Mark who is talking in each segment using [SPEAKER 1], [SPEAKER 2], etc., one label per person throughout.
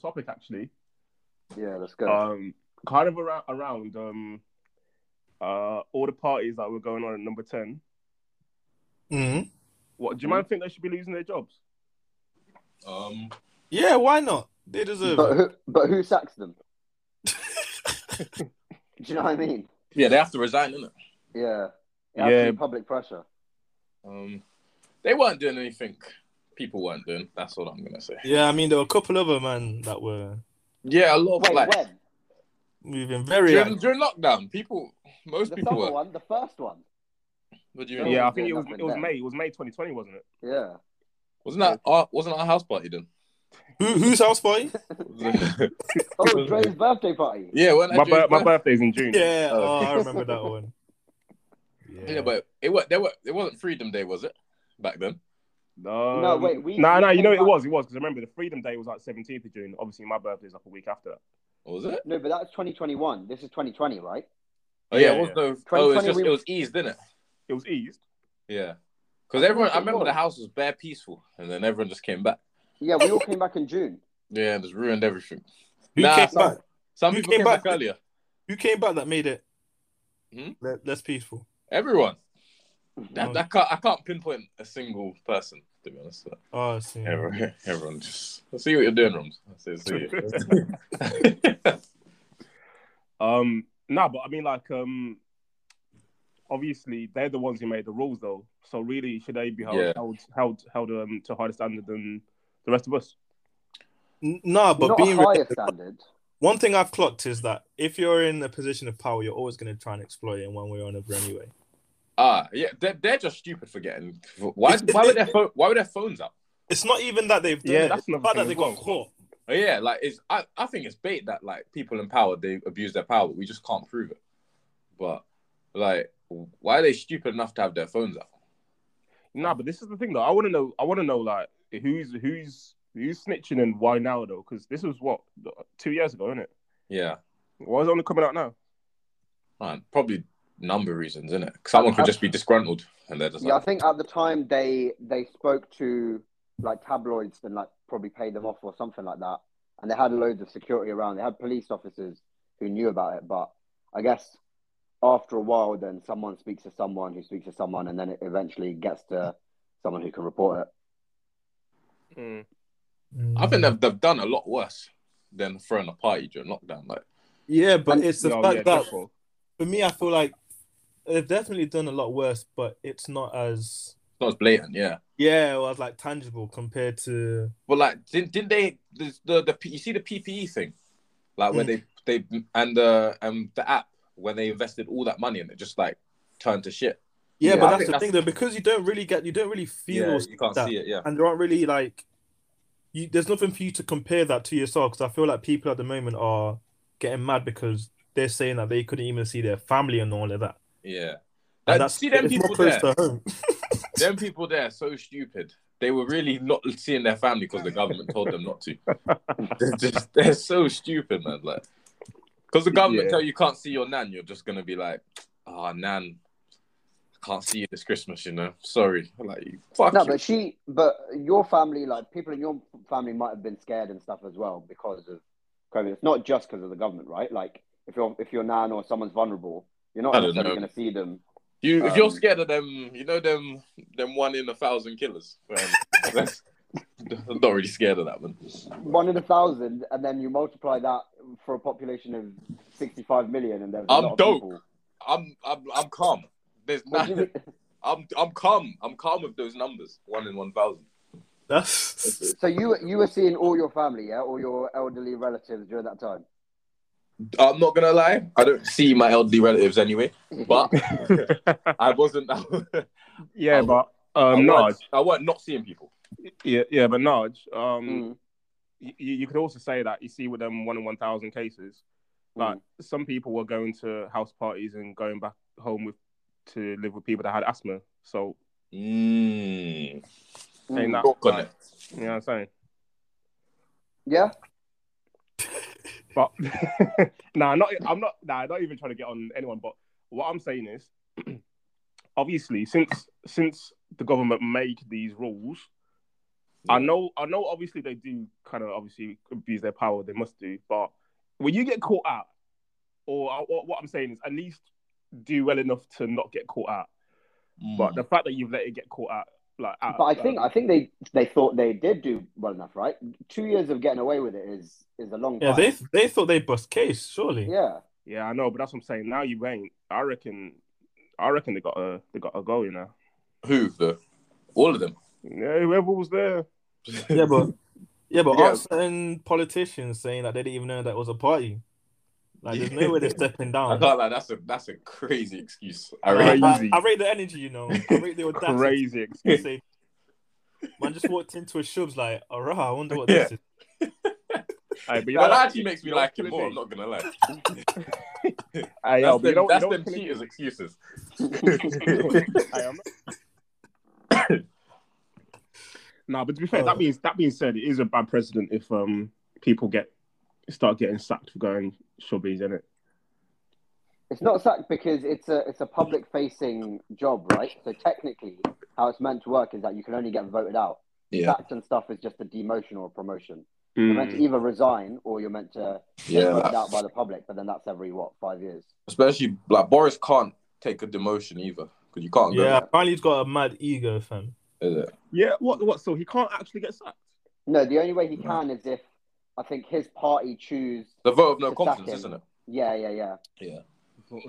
[SPEAKER 1] topic actually.
[SPEAKER 2] Yeah, let's go.
[SPEAKER 1] Um, kind of around around um, uh, all the parties that were going on at number ten.
[SPEAKER 3] Mhm.
[SPEAKER 1] What do you man
[SPEAKER 2] Mm-hmm.
[SPEAKER 1] think they should be losing their jobs?
[SPEAKER 4] Um,
[SPEAKER 3] Yeah, why not? They deserve
[SPEAKER 2] but
[SPEAKER 3] it.
[SPEAKER 2] who, but who sacks them? Do you know what I mean?
[SPEAKER 4] yeah, they have to resign, innit?
[SPEAKER 2] Yeah. It has to
[SPEAKER 1] Yeah.
[SPEAKER 2] be public pressure.
[SPEAKER 4] Um, they weren't doing anything. People weren't doing. That's all I'm gonna say.
[SPEAKER 3] Yeah, I mean there were a couple other man that were
[SPEAKER 4] Yeah, a lot of
[SPEAKER 2] Wait,
[SPEAKER 4] like
[SPEAKER 2] when?
[SPEAKER 3] moving very.
[SPEAKER 4] during,
[SPEAKER 3] active.
[SPEAKER 4] during lockdown, people, most
[SPEAKER 2] The
[SPEAKER 4] people
[SPEAKER 2] summer
[SPEAKER 4] were.
[SPEAKER 2] one, the first one.
[SPEAKER 4] What do you
[SPEAKER 1] Yeah,
[SPEAKER 4] mean?
[SPEAKER 1] I think it was it was
[SPEAKER 2] Yeah.
[SPEAKER 1] May. It was May 2020, wasn't it?
[SPEAKER 2] Yeah.
[SPEAKER 4] Wasn't that our, wasn't our house party then?
[SPEAKER 3] Who, who's house party?
[SPEAKER 2] Oh, Dre's birthday party.
[SPEAKER 4] yeah, weren't
[SPEAKER 1] My,
[SPEAKER 4] that Dre's
[SPEAKER 1] bir- my
[SPEAKER 4] birthday?
[SPEAKER 1] birthday's in June.
[SPEAKER 3] Yeah,
[SPEAKER 4] Oh.
[SPEAKER 3] oh, I remember that one.
[SPEAKER 4] Yeah, but it was there were it wasn't Freedom Day, was it? Back then.
[SPEAKER 1] Um,
[SPEAKER 2] No, wait, we-
[SPEAKER 1] No,
[SPEAKER 2] we
[SPEAKER 1] no, you
[SPEAKER 2] came
[SPEAKER 1] know what it
[SPEAKER 2] back-
[SPEAKER 1] was. It was because remember the Freedom Day was like 17th of June. Obviously, my birthday's like a week after that.
[SPEAKER 4] Or was it?
[SPEAKER 2] No, but that's 2021. This is 2020, right?
[SPEAKER 4] Oh yeah,
[SPEAKER 1] Yeah,
[SPEAKER 4] it was no. Oh, it's
[SPEAKER 2] 2020
[SPEAKER 4] just
[SPEAKER 2] we-
[SPEAKER 4] it was eased, didn't it?
[SPEAKER 1] It was eased.
[SPEAKER 4] Yeah, because everyone. I
[SPEAKER 2] it
[SPEAKER 4] remember
[SPEAKER 2] was.
[SPEAKER 4] the house was bare peaceful, and then everyone just came back.
[SPEAKER 2] Yeah, we all came back in June.
[SPEAKER 4] Yeah, and just ruined everything.
[SPEAKER 3] Who
[SPEAKER 4] Nah,
[SPEAKER 3] came
[SPEAKER 4] some-
[SPEAKER 3] back?
[SPEAKER 4] Some
[SPEAKER 3] Who
[SPEAKER 4] people
[SPEAKER 3] came
[SPEAKER 4] came back
[SPEAKER 3] back?
[SPEAKER 4] earlier.
[SPEAKER 3] Who came back that made it
[SPEAKER 4] Hmm?
[SPEAKER 3] le- less peaceful?
[SPEAKER 4] Everyone. That,
[SPEAKER 3] Oh.
[SPEAKER 4] that can't, I can't pinpoint a single person, to be honest.
[SPEAKER 3] Oh, I see.
[SPEAKER 4] Everyone, everyone just. I see what you're doing, Roms. I see, I see it.
[SPEAKER 1] Um, no, but I mean, like, um, obviously they're the ones who made the rules, though. So really, should they be held
[SPEAKER 4] Yeah.
[SPEAKER 1] held held, held um, to a higher standard than the rest of us?
[SPEAKER 3] N- Nah, but
[SPEAKER 2] Not a
[SPEAKER 3] being
[SPEAKER 2] higher
[SPEAKER 3] ridiculous-
[SPEAKER 2] standard.
[SPEAKER 3] one thing I've clocked is that if you're in a position of power, you're always going to try and exploit it in one way or another anyway.
[SPEAKER 4] ah, yeah, they're, they're just stupid for getting. Why, why, were their pho- why were their phones out?
[SPEAKER 3] It's not even that they've done
[SPEAKER 1] Yeah,
[SPEAKER 3] it.
[SPEAKER 1] that's
[SPEAKER 3] it's the
[SPEAKER 1] another
[SPEAKER 3] fact that
[SPEAKER 1] thing
[SPEAKER 3] they
[SPEAKER 1] as
[SPEAKER 3] got
[SPEAKER 1] well.
[SPEAKER 3] caught.
[SPEAKER 4] But Oh, yeah, like it's. I, I think it's bait that like people in power they abuse their power. We just can't prove it. But like, why are they stupid enough to have their phones out?
[SPEAKER 1] No, but this is the thing, though. I want to know. I want to know, like, who's who's who's snitching and why now, though? Because this was what two years ago, isn't it?
[SPEAKER 4] Yeah,
[SPEAKER 1] Why is it only coming out now?
[SPEAKER 4] man, probably number of reasons, isn't it? Someone could just be disgruntled, and they're just
[SPEAKER 2] Yeah, I
[SPEAKER 4] like,
[SPEAKER 2] think at the time they they spoke to like tabloids and like probably paid them off or something like that, and they had loads of security around. They had police officers who knew about it, but I guess after a while, then someone speaks to someone who speaks to someone, and then it eventually gets to someone who can report it.
[SPEAKER 4] I think they've, they've done a lot worse than throwing a party during lockdown. Like,
[SPEAKER 3] Yeah, but it's the
[SPEAKER 1] No,
[SPEAKER 3] fact
[SPEAKER 1] yeah,
[SPEAKER 3] that
[SPEAKER 1] therefore.
[SPEAKER 3] for me, I feel like they've definitely done a lot worse, but it's not as
[SPEAKER 4] it's not as blatant, yeah.
[SPEAKER 3] yeah, or as like tangible compared to
[SPEAKER 4] But like, didn't, didn't they the, the the P- you see the PPE thing, like where
[SPEAKER 3] Mm.
[SPEAKER 4] they they and the um the app where they invested all that money and it just like turned to shit.
[SPEAKER 3] yeah.
[SPEAKER 2] Yeah,
[SPEAKER 3] but
[SPEAKER 4] I
[SPEAKER 3] that's
[SPEAKER 4] think
[SPEAKER 3] the
[SPEAKER 4] that's-
[SPEAKER 3] thing though, because you don't really get, you don't really feel,
[SPEAKER 4] Yeah, you can't
[SPEAKER 3] that.
[SPEAKER 4] see it. Yeah,
[SPEAKER 3] and there aren't really like, you there's nothing for you to compare that to yourself because I feel like people at the moment are getting mad because they're saying that they couldn't even see their family and all of that.
[SPEAKER 4] yeah.
[SPEAKER 3] And
[SPEAKER 4] That,
[SPEAKER 3] that's
[SPEAKER 4] see them
[SPEAKER 3] it's more
[SPEAKER 4] people
[SPEAKER 3] close
[SPEAKER 4] there.
[SPEAKER 3] to home.
[SPEAKER 4] Them people there so stupid. They were really not seeing their family because the government told them not to. They're just they're so stupid, man. Like, because the government
[SPEAKER 1] Yeah.
[SPEAKER 4] tell you can't see your nan, you're just gonna be like, ah, nan, can't see you this Christmas. You know, sorry. Like, fuck.
[SPEAKER 2] No,
[SPEAKER 4] you.
[SPEAKER 2] but she, but your family, like people in your family, might have been scared and stuff as well because of COVID. It's not just because of the government, right? Like if you're if your nan or someone's vulnerable, you're not
[SPEAKER 4] I don't
[SPEAKER 2] necessarily
[SPEAKER 4] know.
[SPEAKER 2] going to see them.
[SPEAKER 4] You, if you're
[SPEAKER 2] Um,
[SPEAKER 4] scared of them, you know them, them one in a thousand killers. Um, that's- I'm not really scared of that one.
[SPEAKER 2] one in a thousand, and then you multiply that for a population of sixty-five million, and there's a
[SPEAKER 4] I'm
[SPEAKER 2] lot of
[SPEAKER 4] dope.
[SPEAKER 2] people.
[SPEAKER 4] I'm, I'm, I'm calm. There's
[SPEAKER 2] What do you
[SPEAKER 4] nothing. I'm, I'm calm. I'm calm with those numbers. One in one thousand.
[SPEAKER 3] That's
[SPEAKER 2] So you you were seeing all your family, yeah, all your elderly relatives during that time.
[SPEAKER 4] I'm not gonna lie. I don't see my elderly relatives anyway, but I wasn't. I,
[SPEAKER 1] yeah,
[SPEAKER 4] I-
[SPEAKER 1] but um, Naj,
[SPEAKER 4] weren't, I weren't not seeing people.
[SPEAKER 1] yeah, yeah, but Naj, um,
[SPEAKER 2] Mm.
[SPEAKER 1] you, you could also say that you see with them one in one thousand cases, like
[SPEAKER 2] mm,
[SPEAKER 1] some people were going to house parties and going back home with to live with people that had asthma. So
[SPEAKER 4] Mm.
[SPEAKER 2] Mm.
[SPEAKER 1] ain't that
[SPEAKER 4] Talk on
[SPEAKER 1] like,
[SPEAKER 4] it.
[SPEAKER 1] you know what I'm saying?
[SPEAKER 2] Yeah,
[SPEAKER 1] But nah, not I'm not nah, not even trying to get on anyone. But what I'm saying is, obviously, since since the government made these rules, I know, I know. Obviously, they do kind of obviously abuse their power. They must do. But when you get caught out, or I- what what I'm saying is, at least do well enough to not get caught out.
[SPEAKER 4] Hmm.
[SPEAKER 1] But the fact that you've let it get caught out, like, out,
[SPEAKER 2] But I
[SPEAKER 1] like,
[SPEAKER 2] think I think they they thought they did do well enough, right? Two years of getting away with it is is a long
[SPEAKER 3] Yeah,
[SPEAKER 2] time.
[SPEAKER 3] they they thought they bust case, surely.
[SPEAKER 2] yeah.
[SPEAKER 1] yeah, I know. But that's what I'm saying. Now you ain't. I reckon. I reckon they got a they got a goal. You know.
[SPEAKER 4] Who the? All of them.
[SPEAKER 1] Yeah, whoever was there.
[SPEAKER 3] Yeah, but yeah, but
[SPEAKER 4] Yeah.
[SPEAKER 3] aren't certain politicians saying that they didn't even know that was a party. Like there's no way they're stepping
[SPEAKER 4] I
[SPEAKER 3] down.
[SPEAKER 4] can't lie. That's a that's a crazy excuse. I
[SPEAKER 1] Right.
[SPEAKER 4] really.
[SPEAKER 3] Like, I,
[SPEAKER 1] Crazy.
[SPEAKER 3] I rate the energy, you know. I rate the audacity.
[SPEAKER 1] Crazy. ex-
[SPEAKER 3] to say- Man just walked into a shubs like, all right, I wonder what this is.
[SPEAKER 1] Aye, but you know
[SPEAKER 4] That
[SPEAKER 1] what?
[SPEAKER 4] actually makes me
[SPEAKER 1] You know
[SPEAKER 4] like
[SPEAKER 1] what's
[SPEAKER 4] him
[SPEAKER 1] killing
[SPEAKER 4] more.
[SPEAKER 1] me?
[SPEAKER 4] I'm not gonna lie.
[SPEAKER 1] Aye, yo, but you
[SPEAKER 4] That's them,
[SPEAKER 1] know- you
[SPEAKER 4] that's
[SPEAKER 1] know what's
[SPEAKER 4] them
[SPEAKER 1] killing me?
[SPEAKER 4] cheaters' excuses.
[SPEAKER 1] I am. no, but to be fair, that means that being said, it is a bad precedent if um people get start getting sacked for going shubbies, in it?
[SPEAKER 2] It's not sacked because it's a it's a public facing job, right? So technically, how it's meant to work is that you can only get voted out.
[SPEAKER 4] yeah,
[SPEAKER 2] Sacked and stuff is just a demotion or a promotion.
[SPEAKER 1] Hmm.
[SPEAKER 2] You're meant to either resign or you're meant to get
[SPEAKER 4] yeah.
[SPEAKER 2] voted out
[SPEAKER 4] that's-
[SPEAKER 2] by the public, but then that's every what five years.
[SPEAKER 4] Especially like Boris can't take a demotion either because you can't.
[SPEAKER 3] Yeah,
[SPEAKER 4] Go,
[SPEAKER 3] apparently he's got a mad ego, fam.
[SPEAKER 4] is it?
[SPEAKER 1] Yeah, what what so he can't actually get sacked.
[SPEAKER 2] No, the only way he can is if I think his party choose.
[SPEAKER 4] The vote of no
[SPEAKER 2] It's
[SPEAKER 4] confidence,
[SPEAKER 2] sacking.
[SPEAKER 4] isn't it?
[SPEAKER 2] Yeah, yeah, yeah.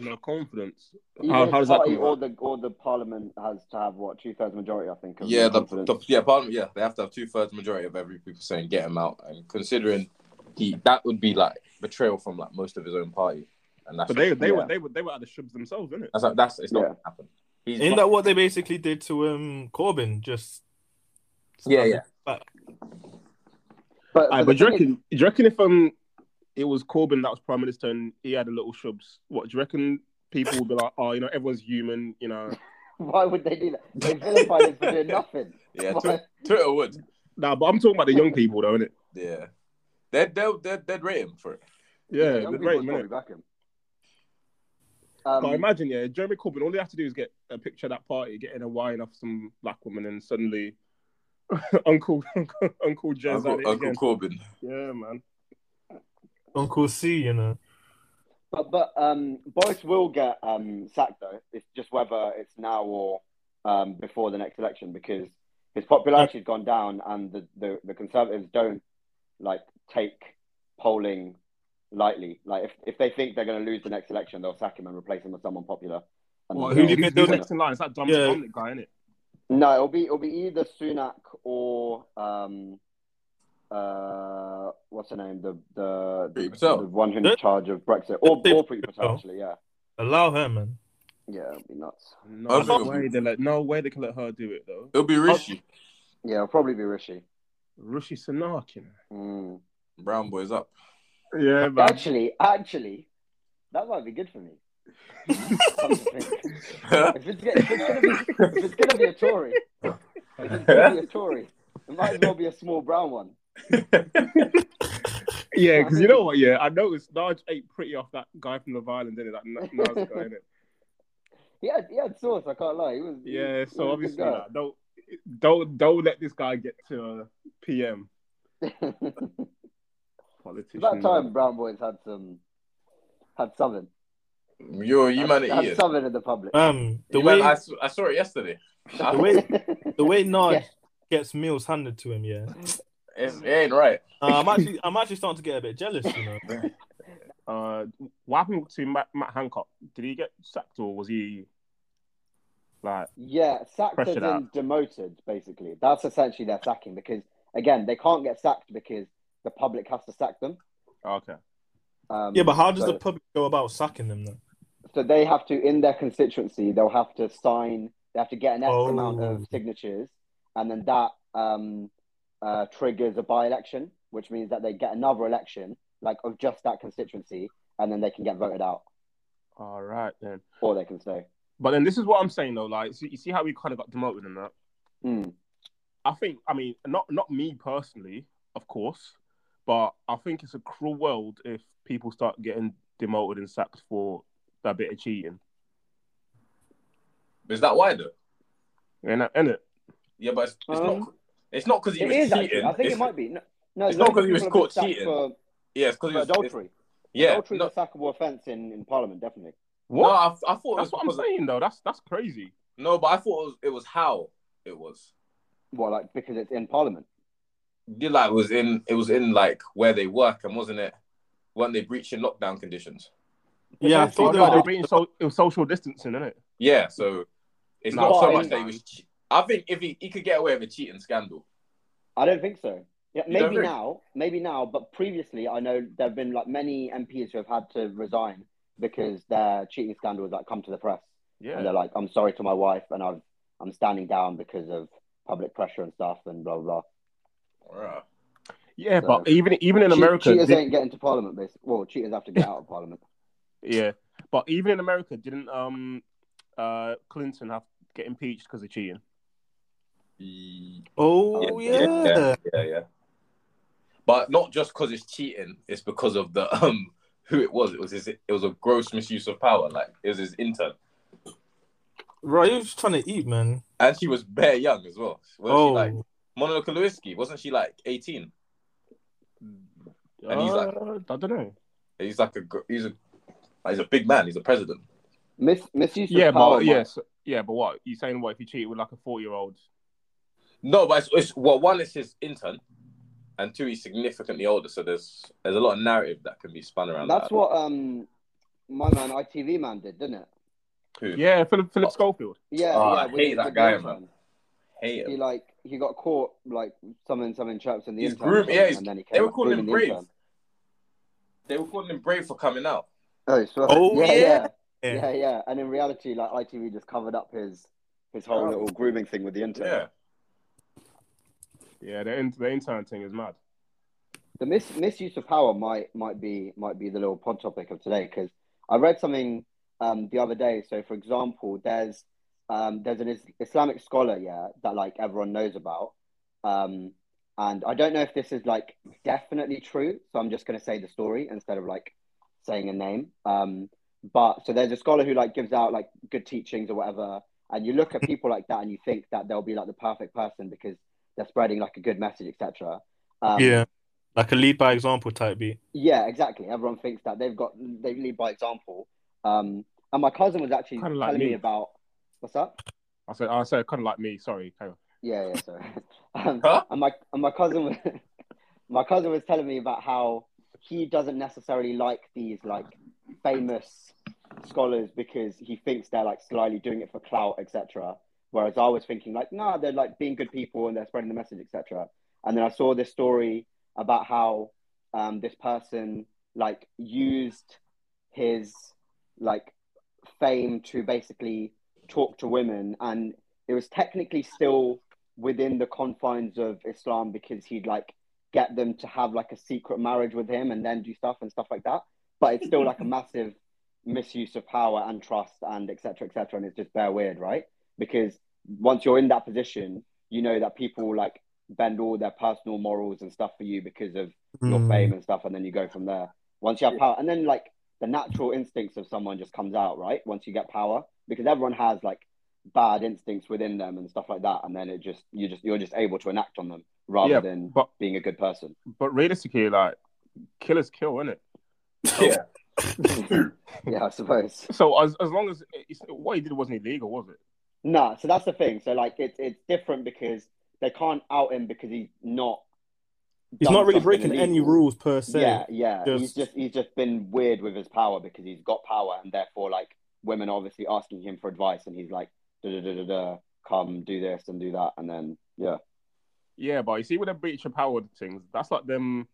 [SPEAKER 1] No confidence.
[SPEAKER 2] Even
[SPEAKER 1] How-
[SPEAKER 2] his
[SPEAKER 1] how does that
[SPEAKER 2] party
[SPEAKER 1] come
[SPEAKER 2] or the or the parliament has to have what two thirds majority, I think. of
[SPEAKER 4] Yeah, the,
[SPEAKER 2] confidence.
[SPEAKER 4] the- yeah, parliament. Yeah, they have to have two thirds majority of every people saying get him out. And considering he, that would be like betrayal from like most of his own party. And that's
[SPEAKER 1] But they they were
[SPEAKER 2] Yeah.
[SPEAKER 1] they were they were at the shubs themselves, innit?
[SPEAKER 4] that's, that's it's not
[SPEAKER 2] Yeah.
[SPEAKER 4] gonna happen. He's
[SPEAKER 3] Isn't that what they basically did to um Corbyn? Just
[SPEAKER 4] Yeah, yeah.
[SPEAKER 2] but,
[SPEAKER 1] Aye,
[SPEAKER 2] but
[SPEAKER 1] but do
[SPEAKER 2] the
[SPEAKER 1] you
[SPEAKER 2] thing is-
[SPEAKER 1] reckon do you reckon if um it was Corbyn that was prime minister and he had a little shubs, what do you reckon people would be like, oh, you know, everyone's human, you know?
[SPEAKER 2] why would they do that? They vilified him for doing nothing.
[SPEAKER 4] yeah,
[SPEAKER 2] Why-
[SPEAKER 4] Twitter, Twitter would.
[SPEAKER 1] Nah, but I'm talking about the young people though, innit?
[SPEAKER 4] Yeah, they'd they'll they'd, they'd rate him for it.
[SPEAKER 1] Yeah,
[SPEAKER 2] young
[SPEAKER 1] the
[SPEAKER 2] people
[SPEAKER 1] rate,
[SPEAKER 2] would
[SPEAKER 1] innit?
[SPEAKER 2] probably back him. Um,
[SPEAKER 1] But imagine, yeah, Jeremy Corbyn, all they have to do is get a picture of that party, getting a wine off some black woman, and suddenly Uncle Uncle, Uncle Jez
[SPEAKER 4] Uncle,
[SPEAKER 1] at it
[SPEAKER 4] Uncle
[SPEAKER 1] again.
[SPEAKER 4] Corbin.
[SPEAKER 1] Yeah, man.
[SPEAKER 3] Uncle C, you know.
[SPEAKER 2] but but um, Boris will get um, sacked though. It's just whether it's now or um, before the next election because his popularity's gone down and the, the, the Conservatives don't like take polling lightly. Like if, if they think they're going to lose the next election, they'll sack him and replace him with someone popular. And
[SPEAKER 1] Well,
[SPEAKER 2] then
[SPEAKER 1] who do
[SPEAKER 2] they'll-
[SPEAKER 1] you think
[SPEAKER 3] they'll-
[SPEAKER 1] who's next in line? It's that Dominic,
[SPEAKER 3] Yeah.
[SPEAKER 1] Dominic guy, innit?
[SPEAKER 2] No, it'll be it'll be either Sunak or um uh what's her name the the,
[SPEAKER 4] Priti
[SPEAKER 2] the
[SPEAKER 4] Patel.
[SPEAKER 2] one who's in
[SPEAKER 3] Yeah.
[SPEAKER 2] charge of Brexit or
[SPEAKER 3] Yeah.
[SPEAKER 2] or Priti Patel actually yeah
[SPEAKER 3] Allow her, man.
[SPEAKER 2] yeah it'll be nuts
[SPEAKER 1] No
[SPEAKER 4] I think-
[SPEAKER 1] way they let no way they can let her do it though.
[SPEAKER 4] It'll be
[SPEAKER 3] Oh.
[SPEAKER 4] Rishi.
[SPEAKER 2] yeah it'll probably be Rishi
[SPEAKER 1] Rishi Sunak, you know.
[SPEAKER 2] Mm.
[SPEAKER 4] Brown boys up.
[SPEAKER 1] Yeah, man.
[SPEAKER 2] actually actually that might be good for me Come to think. if it's, get- if it's gonna be if it's gonna be a Tory if it's gonna be a Tory it might as well be a small brown one
[SPEAKER 1] Yeah, because you know what? Yeah, I noticed Nige ate pretty off that guy from Love Island, didn't it? That N- Nas guy, innit?
[SPEAKER 2] he had he had sauce I can't lie he was he
[SPEAKER 1] Yeah,
[SPEAKER 2] was- he
[SPEAKER 1] so
[SPEAKER 2] was a
[SPEAKER 1] obviously,
[SPEAKER 2] good
[SPEAKER 1] like, don't don't don't let this guy get to uh, PM.
[SPEAKER 2] guy.
[SPEAKER 1] Politician.
[SPEAKER 2] It's about time Brown Boys had some had something.
[SPEAKER 4] Yo, you
[SPEAKER 2] had,
[SPEAKER 4] man
[SPEAKER 2] had
[SPEAKER 4] are eating.
[SPEAKER 2] something in the public.
[SPEAKER 3] Um the
[SPEAKER 4] You
[SPEAKER 3] way
[SPEAKER 4] man- I, s- I saw it yesterday.
[SPEAKER 3] the way the way Nod
[SPEAKER 2] Yeah.
[SPEAKER 3] gets meals handed to him, yeah.
[SPEAKER 4] It's, it ain't right.
[SPEAKER 3] Uh, I'm actually I'm actually starting to get a bit jealous, you know.
[SPEAKER 1] Uh, what happened to Matt, Matt Hancock? Did he get sacked or was he like?
[SPEAKER 2] yeah, sacked
[SPEAKER 1] Pressure
[SPEAKER 2] and
[SPEAKER 1] that.
[SPEAKER 2] demoted. Basically, that's essentially their sacking because again they can't get sacked because the public has to sack them.
[SPEAKER 1] Okay,
[SPEAKER 2] Um,
[SPEAKER 3] Yeah, but how does
[SPEAKER 2] so,
[SPEAKER 3] the public go about sacking them then?
[SPEAKER 2] so they have to in their constituency they'll have to sign they have to get an X
[SPEAKER 3] Oh.
[SPEAKER 2] amount of signatures and then that um, uh, triggers a by election, which means that they get another election like of just that constituency and then they can get voted out
[SPEAKER 1] all right then.
[SPEAKER 2] or they can stay.
[SPEAKER 1] But then this is what I'm saying though. Like, so you see how we kind of got demoted and that.
[SPEAKER 2] Mm.
[SPEAKER 1] I think, I mean, not not me personally, of course, but I think it's a cruel world if people start getting demoted and sacked for that bit of cheating.
[SPEAKER 4] Is that why though?
[SPEAKER 1] And, and it,
[SPEAKER 4] Yeah, but it's, it's
[SPEAKER 2] Um,
[SPEAKER 4] not. It's not because he
[SPEAKER 2] It
[SPEAKER 4] was
[SPEAKER 2] is
[SPEAKER 4] cheating.
[SPEAKER 2] actually. I think
[SPEAKER 4] it's,
[SPEAKER 2] it might be. No, no
[SPEAKER 4] it's
[SPEAKER 2] loads
[SPEAKER 4] not
[SPEAKER 2] of
[SPEAKER 4] 'cause he was
[SPEAKER 2] people have been
[SPEAKER 4] caught
[SPEAKER 2] sacked
[SPEAKER 4] cheating.
[SPEAKER 2] for,
[SPEAKER 4] Yeah, it's because
[SPEAKER 2] for
[SPEAKER 4] he was.
[SPEAKER 2] adultery.
[SPEAKER 4] Yeah,
[SPEAKER 2] adultery
[SPEAKER 4] no,
[SPEAKER 2] is a sackable offence in, in Parliament, definitely.
[SPEAKER 4] no,
[SPEAKER 1] What?
[SPEAKER 4] I, I thought
[SPEAKER 1] That's
[SPEAKER 4] it was
[SPEAKER 1] what I'm
[SPEAKER 4] because of-
[SPEAKER 1] saying though. That's that's crazy.
[SPEAKER 4] no, but I thought it was, it was how it was.
[SPEAKER 2] Well, like because it's in Parliament.
[SPEAKER 4] Yeah, like it was in it was in like where they work and wasn't it? Weren't they breaching lockdown conditions?
[SPEAKER 3] Yeah, I
[SPEAKER 1] It's all
[SPEAKER 3] thought
[SPEAKER 2] they
[SPEAKER 1] about
[SPEAKER 2] were-
[SPEAKER 1] it being so, it was social distancing, isn't it?
[SPEAKER 4] Yeah, so it's
[SPEAKER 1] No,
[SPEAKER 4] not so
[SPEAKER 2] but-
[SPEAKER 4] much that he was. Che- I think if he, he could get away with a cheating scandal.
[SPEAKER 2] I don't think so. Yeah,
[SPEAKER 4] You don't
[SPEAKER 2] maybe
[SPEAKER 4] think?
[SPEAKER 2] now, maybe now, but previously, I know there have been like many MPs who have had to resign because their cheating scandal has like come to the press, and
[SPEAKER 1] Yeah.
[SPEAKER 2] they're like, "I'm sorry to my wife, and I've I'm standing down because of public pressure and stuff, and blah blah."
[SPEAKER 4] Bruh.
[SPEAKER 1] Yeah, but
[SPEAKER 2] So-
[SPEAKER 1] even even in
[SPEAKER 2] blah. Che-
[SPEAKER 1] America,
[SPEAKER 2] cheaters
[SPEAKER 1] did-
[SPEAKER 2] ain't getting to Parliament. Basically, well, cheaters have to get out of Parliament.
[SPEAKER 1] yeah, but even in America, didn't um uh Clinton have get impeached because of cheating?
[SPEAKER 4] Ye-
[SPEAKER 3] Oh yeah.
[SPEAKER 4] yeah, yeah, yeah. But not just because it's cheating; it's because of the um who it was. It was his, it was a gross misuse of power. Like it was his intern,
[SPEAKER 3] Right, he was just trying to eat, man.
[SPEAKER 4] and she was bare young as well. Wasn't
[SPEAKER 3] oh,
[SPEAKER 4] she like Monica Lewinsky? Wasn't she like eighteen? And he's like-
[SPEAKER 1] Uh, I don't know.
[SPEAKER 4] He's like a gr- he's a like, he's a big man. He's a president.
[SPEAKER 2] Mis- misuse of
[SPEAKER 1] Yeah,
[SPEAKER 2] power.
[SPEAKER 1] but
[SPEAKER 2] Mike.
[SPEAKER 1] yes, yeah, but what you saying? What if you cheat with like a forty-year-old?
[SPEAKER 4] No, but it's, it's well, one is his intern, and two he's significantly older. So there's there's a lot of narrative that can be spun around.
[SPEAKER 2] That's
[SPEAKER 4] that.
[SPEAKER 2] what um my man ITV man did, didn't it?
[SPEAKER 4] Who?
[SPEAKER 1] Yeah, Philip Philip Schofield.
[SPEAKER 2] Yeah,
[SPEAKER 4] Oh,
[SPEAKER 2] yeah.
[SPEAKER 4] I
[SPEAKER 2] with
[SPEAKER 4] hate
[SPEAKER 2] his-
[SPEAKER 4] that
[SPEAKER 2] with
[SPEAKER 4] guy,
[SPEAKER 2] Wilson.
[SPEAKER 4] man. Hate
[SPEAKER 2] He
[SPEAKER 4] him.
[SPEAKER 2] like he got caught like summoning some traps in the
[SPEAKER 4] He's
[SPEAKER 2] intern
[SPEAKER 4] groom-
[SPEAKER 2] or something,
[SPEAKER 4] yeah, he's-
[SPEAKER 2] and then he came
[SPEAKER 4] They were
[SPEAKER 2] up
[SPEAKER 4] calling
[SPEAKER 2] grooming
[SPEAKER 4] him
[SPEAKER 2] the
[SPEAKER 4] brave.
[SPEAKER 2] intern.
[SPEAKER 4] They were calling him brave for coming out.
[SPEAKER 2] Oh, so,
[SPEAKER 3] Oh,
[SPEAKER 2] yeah, yeah,
[SPEAKER 3] yeah.
[SPEAKER 2] yeah, yeah, And in reality, like ITV just covered up his his whole
[SPEAKER 4] Oh.
[SPEAKER 2] little grooming thing with the intern.
[SPEAKER 4] Yeah.
[SPEAKER 1] Yeah, the in, the intern thing is mad.
[SPEAKER 2] The mis- misuse of power might might be might be the little pod topic of today because I read something um, the other day. So, for example, there's um, there's an is- Islamic scholar, yeah, that like everyone knows about, um, and I don't know if this is like definitely true. So I'm just going to say the story instead of like saying a name. Um, but so there's a scholar who like gives out like good teachings or whatever, and you look at people like that and you think that they'll be like the perfect person because they're spreading like a good message, etc. Um,
[SPEAKER 3] yeah. Like a lead by example type beat.
[SPEAKER 2] yeah, exactly. Everyone thinks that they've got they lead by example. Um, and my cousin was actually
[SPEAKER 1] Kinda like
[SPEAKER 2] telling me.
[SPEAKER 1] me.
[SPEAKER 2] about what's up.
[SPEAKER 1] I said, I said, kind of like me. Sorry, hang on.
[SPEAKER 2] Yeah, yeah, sorry. um,
[SPEAKER 4] Huh?
[SPEAKER 2] And my and my cousin was my cousin was telling me about how he doesn't necessarily like these like famous scholars because he thinks they're like slyly doing it for clout, etc. Whereas I was thinking like, nah, they're like being good people and they're spreading the message, etc. And then I saw this story about how um, this person like used his like fame to basically talk to women, and it was technically still within the confines of Islam because he'd like get them to have like a secret marriage with him and then do stuff and stuff like that. But it's still like a massive misuse of power and trust and etc. Cetera, etc. And it's just bare weird, right? Because once you're in that position, you know that people like bend all their personal morals and stuff for you because of
[SPEAKER 3] Hmm.
[SPEAKER 2] your fame and stuff, and then you go from there. Once you have power, and then like the natural instincts of someone just comes out, right? Once you get power, because everyone has like bad instincts within them and stuff like that, and then it just you just you're just able to enact on them rather
[SPEAKER 1] Yeah,
[SPEAKER 2] than
[SPEAKER 1] But
[SPEAKER 2] being a good person.
[SPEAKER 1] but realistically, like killers kill, innit?
[SPEAKER 4] Yeah.
[SPEAKER 2] yeah, I suppose.
[SPEAKER 1] So as as long as it's, what he did wasn't illegal, was it?
[SPEAKER 2] No, so that's the thing. So like it's it's different because they can't out him because he's not.
[SPEAKER 3] He's
[SPEAKER 2] done
[SPEAKER 3] not really
[SPEAKER 2] something
[SPEAKER 3] breaking any
[SPEAKER 2] illegal.
[SPEAKER 3] rules per se.
[SPEAKER 2] yeah, yeah. He's
[SPEAKER 3] Just-
[SPEAKER 2] just he's just been weird with his power because he's got power, and therefore, like women are obviously asking him for advice, and he's like, da da da da da, come do this and do that, and then yeah,
[SPEAKER 1] Yeah, but you see with the breach of power things, that's like them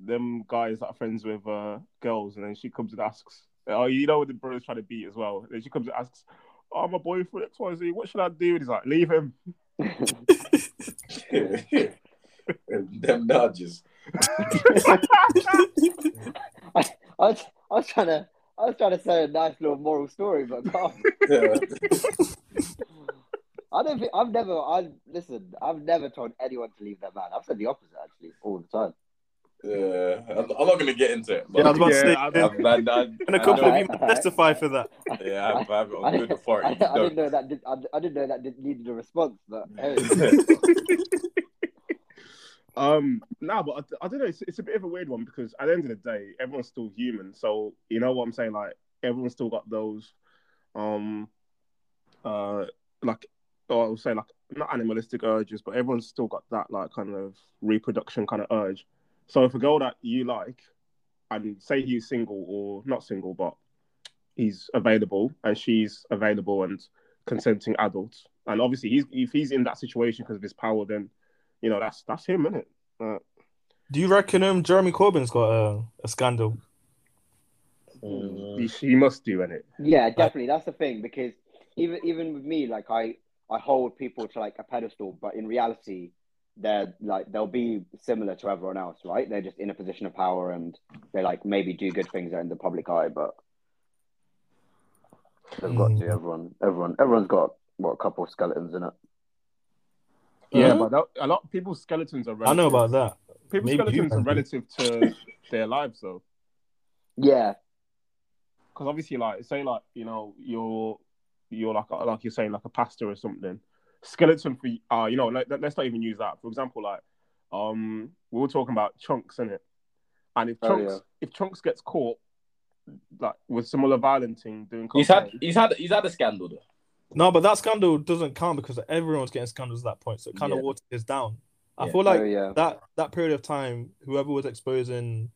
[SPEAKER 1] them guys that are friends with uh girls, and then she comes and asks, oh, you know what the brother's trying to beat as well. And then she comes and asks, oh, my boyfriend X Y Z, what should I do? And he's like, leave him.
[SPEAKER 4] Them nudges.
[SPEAKER 2] I was, I was trying to I was trying to say a nice little moral story, but God,
[SPEAKER 4] Yeah.
[SPEAKER 2] I don't think I've never I listen I've never told anyone to leave their man. I've said the opposite actually all the time.
[SPEAKER 4] Yeah. I'm, I'm not going to get into it.
[SPEAKER 3] Yeah, I was about to
[SPEAKER 1] Yeah,
[SPEAKER 3] say.
[SPEAKER 1] I've-
[SPEAKER 3] yeah.
[SPEAKER 4] I've, I, I,
[SPEAKER 3] and a couple of
[SPEAKER 2] Alright,
[SPEAKER 3] you might
[SPEAKER 2] alright.
[SPEAKER 3] testify for that.
[SPEAKER 4] yeah, I have, I have it
[SPEAKER 2] I
[SPEAKER 4] on
[SPEAKER 2] didn't-
[SPEAKER 4] good authority.
[SPEAKER 2] I, I
[SPEAKER 4] No.
[SPEAKER 2] didn't know that did, I, I didn't know that did, needed a response, but hey.
[SPEAKER 1] Um, no, but I, I don't know. It's, it's a bit of a weird one because at the end of the day, everyone's still human. So you know what I'm saying? Like everyone's still got those, um, uh, like or I would say like not animalistic urges, but everyone's still got that like kind of reproduction kind of urge. So if a girl that you like, and say he's single or not single, but he's available and she's available and consenting adult, and obviously he's if he's in that situation because of his power, then you know that's that's him, isn't it? Uh,
[SPEAKER 3] Do you reckon um Jeremy Corbyn's got a, a scandal?
[SPEAKER 1] he, she must do, innit?
[SPEAKER 2] Yeah, definitely. That's the thing because even even with me, like I I hold people to like a pedestal, but in reality, they're like they'll be similar to everyone else, right? They're just in a position of power and they like maybe do good things in the public eye, but they've got
[SPEAKER 1] Mm.
[SPEAKER 2] to everyone. Everyone everyone's got what a couple of skeletons in it.
[SPEAKER 1] Yeah,
[SPEAKER 3] Huh?
[SPEAKER 1] but that, a lot of people's skeletons are. Relative.
[SPEAKER 3] I know about that.
[SPEAKER 1] people's
[SPEAKER 3] Maybe you
[SPEAKER 1] skeletons are
[SPEAKER 3] can do.
[SPEAKER 1] relative to their lives though.
[SPEAKER 2] Yeah,
[SPEAKER 1] because obviously, like say, like you know, you're you're like like you're saying like a pastor or something. Skeleton for uh, you know, let, let's not even use that. For example, like um, we were talking about chunks in it, and if
[SPEAKER 2] Oh,
[SPEAKER 1] chunks
[SPEAKER 2] yeah.
[SPEAKER 1] if chunks gets caught like with similar violenting doing cocaine,
[SPEAKER 4] He's had he's had he's had a scandal though.
[SPEAKER 3] No, but that scandal doesn't count because everyone's getting scandals at that point, so it kind
[SPEAKER 4] Yeah.
[SPEAKER 3] of waters this down. I
[SPEAKER 4] Yeah.
[SPEAKER 3] feel like
[SPEAKER 2] oh yeah.
[SPEAKER 3] that that period of time, whoever was exposing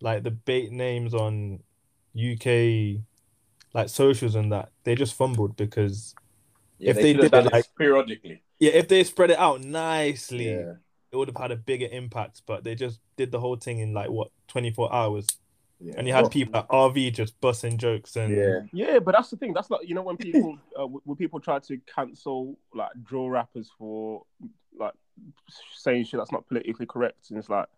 [SPEAKER 3] like the bait names on UK like socials and that, they just fumbled because If they
[SPEAKER 4] could have
[SPEAKER 3] did it,
[SPEAKER 4] done
[SPEAKER 3] like-
[SPEAKER 4] periodically,
[SPEAKER 3] yeah, if they spread it out nicely,
[SPEAKER 4] yeah,
[SPEAKER 3] it would have had a bigger impact. But they just did the whole thing in like what twenty four hours,
[SPEAKER 4] yeah.
[SPEAKER 3] and you had people at RV just busting jokes and
[SPEAKER 4] yeah.
[SPEAKER 1] yeah, but that's the thing. That's like you know when people uh, when people try to cancel like draw rappers for like saying shit that's not politically correct, and it's like,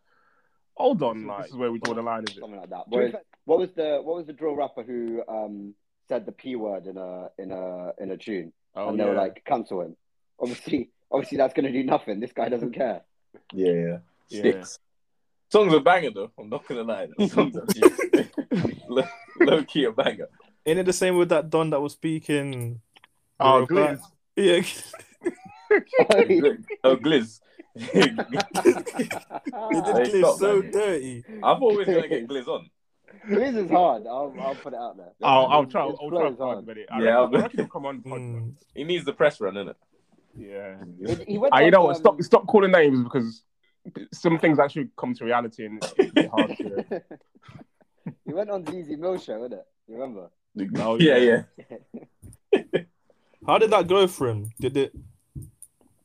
[SPEAKER 1] hold on, like this is where we draw the line, is it?
[SPEAKER 2] something like that. Whereas, what was the what was the drill rapper who um, said the p word in a in a in a tune,
[SPEAKER 1] Oh,
[SPEAKER 2] and they were
[SPEAKER 1] yeah.
[SPEAKER 2] like cancel him. Obviously, obviously that's going to do nothing. This guy doesn't care.
[SPEAKER 4] Yeah, yeah.
[SPEAKER 1] Yeah.
[SPEAKER 4] Sticks. Songs are banger though. I'm not gonna lie. The Songs are shit. low, low key a banger.
[SPEAKER 3] Ain't it the same with that Don that was speaking?
[SPEAKER 1] Oh,
[SPEAKER 3] Glizz. Yeah,
[SPEAKER 4] Oh, Glizz.
[SPEAKER 3] they did
[SPEAKER 4] They
[SPEAKER 3] Glizz
[SPEAKER 4] stopped
[SPEAKER 3] so
[SPEAKER 4] that.
[SPEAKER 3] dirty.
[SPEAKER 4] I'm always gonna get Glizz on.
[SPEAKER 2] This is hard. I'll, I'll put it out there.
[SPEAKER 1] Oh, I'll, I'll try.
[SPEAKER 2] It's
[SPEAKER 1] I'll try and
[SPEAKER 2] close on.
[SPEAKER 1] find it. I
[SPEAKER 4] Yeah,
[SPEAKER 1] yeah,
[SPEAKER 4] I'll
[SPEAKER 1] reckon,
[SPEAKER 4] be-
[SPEAKER 1] I reckon he'll come
[SPEAKER 4] Oh,
[SPEAKER 1] on. podcast.
[SPEAKER 3] Mm.
[SPEAKER 4] He needs the press run, innit?
[SPEAKER 1] Yeah.
[SPEAKER 2] He- he went
[SPEAKER 1] Ah, you
[SPEAKER 2] on,
[SPEAKER 1] know what? Stop.
[SPEAKER 2] um,
[SPEAKER 1] Stop calling names because some things actually come to reality, and it's a bit hard to.
[SPEAKER 2] um, he went on ZZ Mill show, didn't it? You remember?
[SPEAKER 1] No,
[SPEAKER 4] yeah,
[SPEAKER 1] yeah.
[SPEAKER 4] yeah.
[SPEAKER 3] How did that go for him? Did it?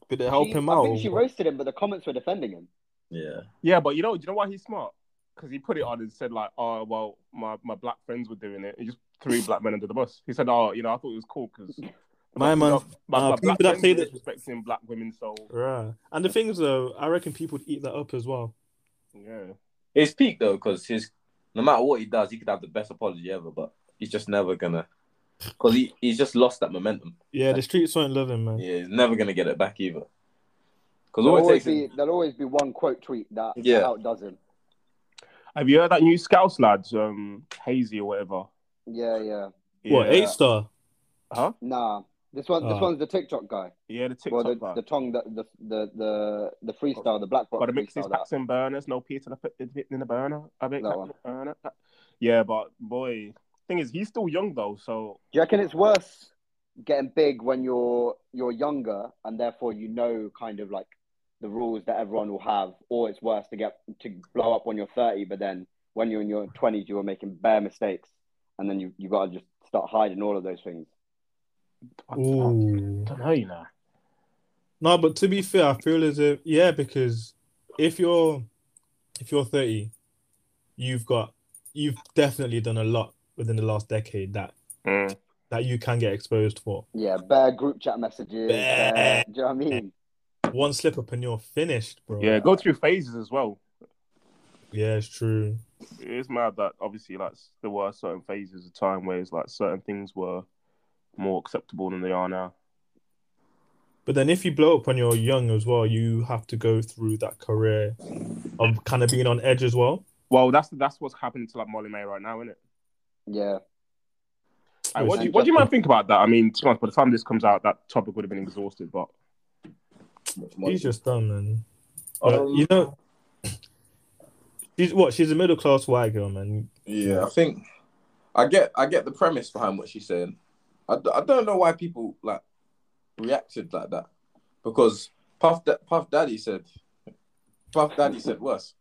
[SPEAKER 3] Did it help
[SPEAKER 2] She-
[SPEAKER 3] him
[SPEAKER 2] I
[SPEAKER 3] out?
[SPEAKER 2] think she
[SPEAKER 3] or what?
[SPEAKER 2] roasted him, but the comments were defending him.
[SPEAKER 4] Yeah.
[SPEAKER 1] Yeah, but you know, do you know why he's smart? Because he put it on and said like, "Oh, well, my, my black friends were doing it." He just threw black men under the bus. He said, "Oh, you know, I thought it was cool because
[SPEAKER 3] My man-
[SPEAKER 1] my,
[SPEAKER 3] uh,
[SPEAKER 1] my
[SPEAKER 3] people
[SPEAKER 1] black
[SPEAKER 3] that
[SPEAKER 1] friends
[SPEAKER 3] say
[SPEAKER 1] were
[SPEAKER 3] that-
[SPEAKER 1] disrespecting black women." So
[SPEAKER 3] Right. And the thing is, though, I reckon people would eat that up as well.
[SPEAKER 1] yeah,
[SPEAKER 4] His peak though, because his no matter what he does, he could have the best apology ever, but he's just never gonna because he, he's just lost that momentum.
[SPEAKER 3] Yeah, the streets won't love him, man.
[SPEAKER 4] Yeah, he's never gonna get it back either. Because
[SPEAKER 2] There'll
[SPEAKER 4] all it
[SPEAKER 2] always,
[SPEAKER 4] takes
[SPEAKER 2] be,
[SPEAKER 4] is
[SPEAKER 2] there'll always be one quote tweet that
[SPEAKER 4] Yeah.
[SPEAKER 2] outdoes him.
[SPEAKER 1] have you heard that new Scouse lads, um, Hazy or whatever?
[SPEAKER 2] Yeah, yeah.
[SPEAKER 3] What
[SPEAKER 1] Yeah.
[SPEAKER 3] eight star?
[SPEAKER 1] Huh?
[SPEAKER 2] Nah, this one, this
[SPEAKER 3] Ah.
[SPEAKER 2] one's the TikTok guy.
[SPEAKER 1] Yeah, the TikTok
[SPEAKER 2] Well, the,
[SPEAKER 1] lad.
[SPEAKER 2] the tongue, the the the the, the freestyle, the black box
[SPEAKER 1] Got to mix these
[SPEAKER 2] freestyle. That.
[SPEAKER 1] packs and burners. No pizza left it in the burner. I make
[SPEAKER 2] That
[SPEAKER 1] that
[SPEAKER 2] one.
[SPEAKER 1] burner. Yeah, but boy, thing is, he's still young though. So
[SPEAKER 2] Do you reckon it's worse getting big when you're you're younger and therefore you know kind of like the rules that everyone will have, or it's worse to get to blow up when you're 30, but then when you're in your 20s you are making bare mistakes, and then you you gotta just start hiding all of those things.
[SPEAKER 1] I, I don't
[SPEAKER 3] Ooh.
[SPEAKER 1] know, you know.
[SPEAKER 3] No, but to be fair, I feel as if yeah, because if you're if you're thirty, you've got you've definitely done a lot within the last decade that
[SPEAKER 2] Mm.
[SPEAKER 3] that you can get exposed for.
[SPEAKER 2] Yeah, bare group chat messages.
[SPEAKER 3] Bare.
[SPEAKER 2] bare- do you know what I mean?
[SPEAKER 3] One slip up and you're finished, bro.
[SPEAKER 1] Yeah, go through phases as well.
[SPEAKER 3] Yeah, it's true.
[SPEAKER 1] It's mad that obviously, like, there were certain phases of time where it's like certain things were more acceptable than they are now.
[SPEAKER 3] But then if you blow up when you're young as well, you have to go through that career of kind of being on edge as well.
[SPEAKER 1] Well, that's that's what's happening to like Molly May right now, isn't it?
[SPEAKER 2] Yeah.
[SPEAKER 1] Like, what, do you,
[SPEAKER 2] it's
[SPEAKER 1] what do you
[SPEAKER 2] just-
[SPEAKER 1] mind think about that? I mean, to be honest, by the time this comes out, that topic would have been exhausted. But
[SPEAKER 3] He's just done, man. But,
[SPEAKER 1] Um,
[SPEAKER 3] you know, she's what? She's a middle class white girl, man.
[SPEAKER 4] Yeah, I think I get I get the premise behind what she's saying. I, d- I don't know why people like reacted like that because Puff da- Puff Daddy said Puff Daddy said worse.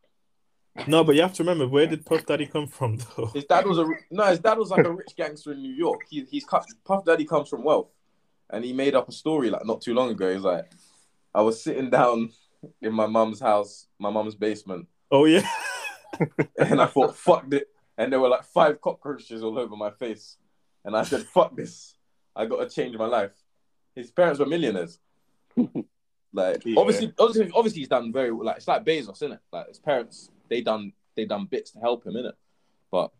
[SPEAKER 3] No, but you have to remember where did Puff Daddy come from, though?
[SPEAKER 4] His dad was a ri- no. His dad was like a rich gangster in New York. He, he's cut, Puff Daddy comes from wealth, and he made up a story like not too long ago. He's like, I was sitting down in my mum's house, my mum's basement,
[SPEAKER 3] Oh yeah,
[SPEAKER 4] and I thought, fuck it. And there were like five cockroaches all over my face. And I said, fuck this. I got to change my life. His parents were millionaires. like,
[SPEAKER 1] Yeah.
[SPEAKER 4] obviously, obviously, obviously, he's done very well. Like, it's like Bezos, isn't it? Like, his parents, they done, they done bits to help him, innit? But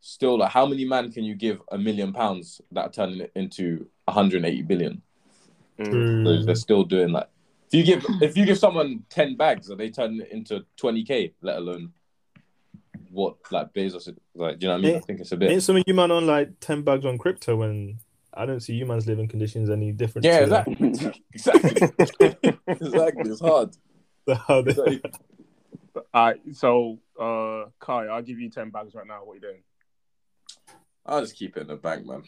[SPEAKER 4] still, like, how many man can you give a million pounds that are turning it into 180 billion?
[SPEAKER 1] mm.
[SPEAKER 4] Mm,
[SPEAKER 3] Mm.
[SPEAKER 4] So they're still doing like, if you give if you give someone ten bags, are they turning it into twenty k? Let alone what like Bezos like? Do you know what I mean? I think it's a bit.
[SPEAKER 3] ain't some of you man on like ten bags on crypto when I don't see you man's living conditions any different. to,
[SPEAKER 4] Yeah, exactly, exactly, exactly. It's hard.
[SPEAKER 3] how they-
[SPEAKER 4] It's like-
[SPEAKER 1] All right, so uh, Kai, I'll give you ten bags right now. What are you doing?
[SPEAKER 4] I'll just keep it in the bank, man.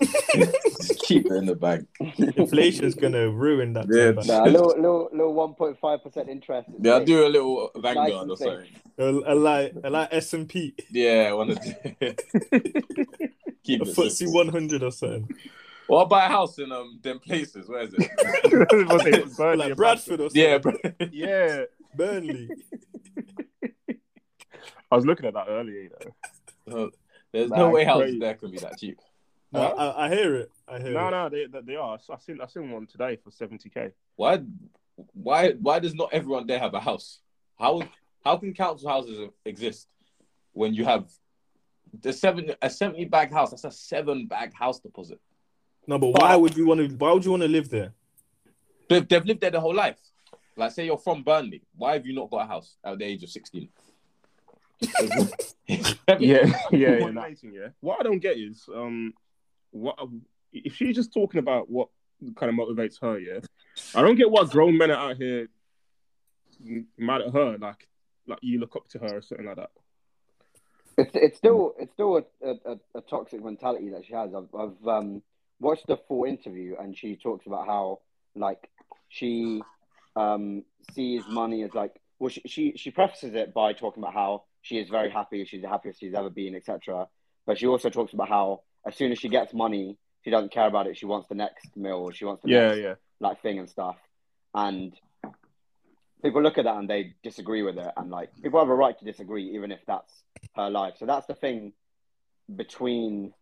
[SPEAKER 4] just keep it in the bank.
[SPEAKER 3] inflation's gonna ruin that.
[SPEAKER 4] Yeah,
[SPEAKER 3] 10 bags.
[SPEAKER 2] Nah, little, little, little 1.5% interest.
[SPEAKER 4] Yeah, I'll do a little Vanguard or
[SPEAKER 2] Nice and
[SPEAKER 4] something.
[SPEAKER 3] A, a like a like S and P,
[SPEAKER 4] Yeah, I want to keep
[SPEAKER 3] a
[SPEAKER 4] it.
[SPEAKER 3] FTSE
[SPEAKER 4] simple.
[SPEAKER 3] 100 or something,
[SPEAKER 4] Or I'll buy a house in um them places. Where is it?
[SPEAKER 1] Was it Burnley
[SPEAKER 3] like
[SPEAKER 1] or
[SPEAKER 3] Bradford or something.
[SPEAKER 4] yeah, bro.
[SPEAKER 1] Bradford? Yeah,
[SPEAKER 3] Burnley.
[SPEAKER 1] I was looking at that earlier. You know.
[SPEAKER 4] There's no
[SPEAKER 1] Man,
[SPEAKER 4] way houses
[SPEAKER 1] crazy.
[SPEAKER 4] there can be that cheap.
[SPEAKER 3] No, I, I hear it. I hear
[SPEAKER 1] No,
[SPEAKER 3] it.
[SPEAKER 1] no, they they are. I seen I seen one today for seventy k.
[SPEAKER 4] Why, why, why does not everyone there have a house? How how can council houses exist when you have the seven a seventy bag house? That's a seven bag house deposit.
[SPEAKER 3] No, but why would you want to? Why would you want to live there?
[SPEAKER 4] They've, they've lived there their whole life. Like, say you're from Burnley, why have you not got a house at the age of sixteen?
[SPEAKER 1] Yeah, yeah,
[SPEAKER 4] yeah,
[SPEAKER 1] yeah, What I don't get is um, what if she's just talking about what kind of motivates her? Yeah, I don't get why grown men are out here m- mad at her. Like, like you look up to her or something like that.
[SPEAKER 2] It's it's still it's still a, a, a- a toxic mentality that she has. I've, I've um, watched the full interview and she talks about how like she um, sees money as like well she, she she prefaces it by talking about how she is very happy she's the happiest she's ever been etc. But she also talks about how as soon as she gets money she doesn't care about it she wants the next meal she wants the
[SPEAKER 1] Yeah,
[SPEAKER 2] next
[SPEAKER 1] yeah.
[SPEAKER 2] like thing and stuff. And people look at that and they disagree with it. And like people have a right to disagree, even if that's her life. So that's the thing between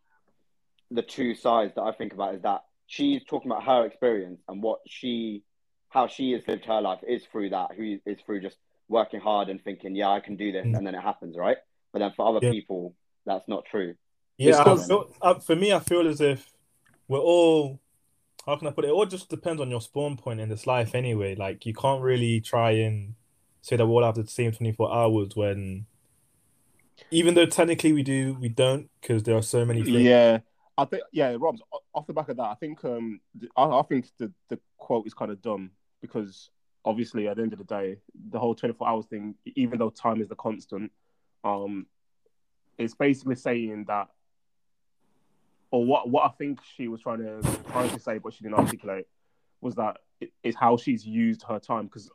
[SPEAKER 2] the two sides that I think about is that she's talking about her experience and what she, how she has lived her life is through that. Who is through just working hard and thinking, yeah, I can do this,
[SPEAKER 3] Mm.
[SPEAKER 2] and then it happens, right? But then for other
[SPEAKER 3] Yeah.
[SPEAKER 2] people, that's not true.
[SPEAKER 3] Yeah, I
[SPEAKER 4] It's
[SPEAKER 3] feel, I, for me, I feel as if we're all. How can I put it? It all just depends on your spawn point in this life, anyway. Like you can't really try and say that we all have the same twenty four hours when, even though technically we do, we don't, because there are so many things.
[SPEAKER 1] Yeah, I think yeah, Rob's o- off the back of that. I think um, th- I, I think the the quote is kind of dumb because obviously at the end of the day, the whole twenty four hours thing, even though time is the constant, um, it's basically saying that, or what what I think she was trying to trying to say, but she didn't articulate, was that it, it's how she's used her time because.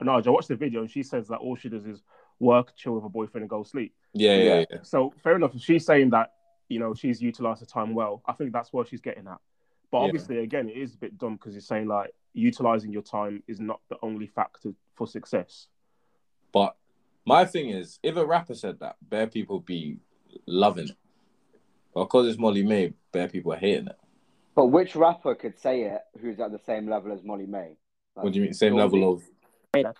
[SPEAKER 1] Naj, I watched the video and she says that all she does is work, chill with her boyfriend, and go sleep.
[SPEAKER 4] yeah, yeah.
[SPEAKER 1] So fair enough. If she's saying that, you know, she's utilized her time well. I think that's what she's getting at. But
[SPEAKER 4] Yeah.
[SPEAKER 1] obviously, again, it is a bit dumb because it's saying like utilizing your time is not the only factor for success.
[SPEAKER 4] But my thing is, if a rapper said that, bare people be loving it. But because it's Molly May, bare people are hating it.
[SPEAKER 2] But which rapper could say it who's at the same level as Molly May? Like,
[SPEAKER 4] What do you mean? Same
[SPEAKER 2] Lil
[SPEAKER 4] level
[SPEAKER 2] Dicky.
[SPEAKER 4] of.
[SPEAKER 1] Oh,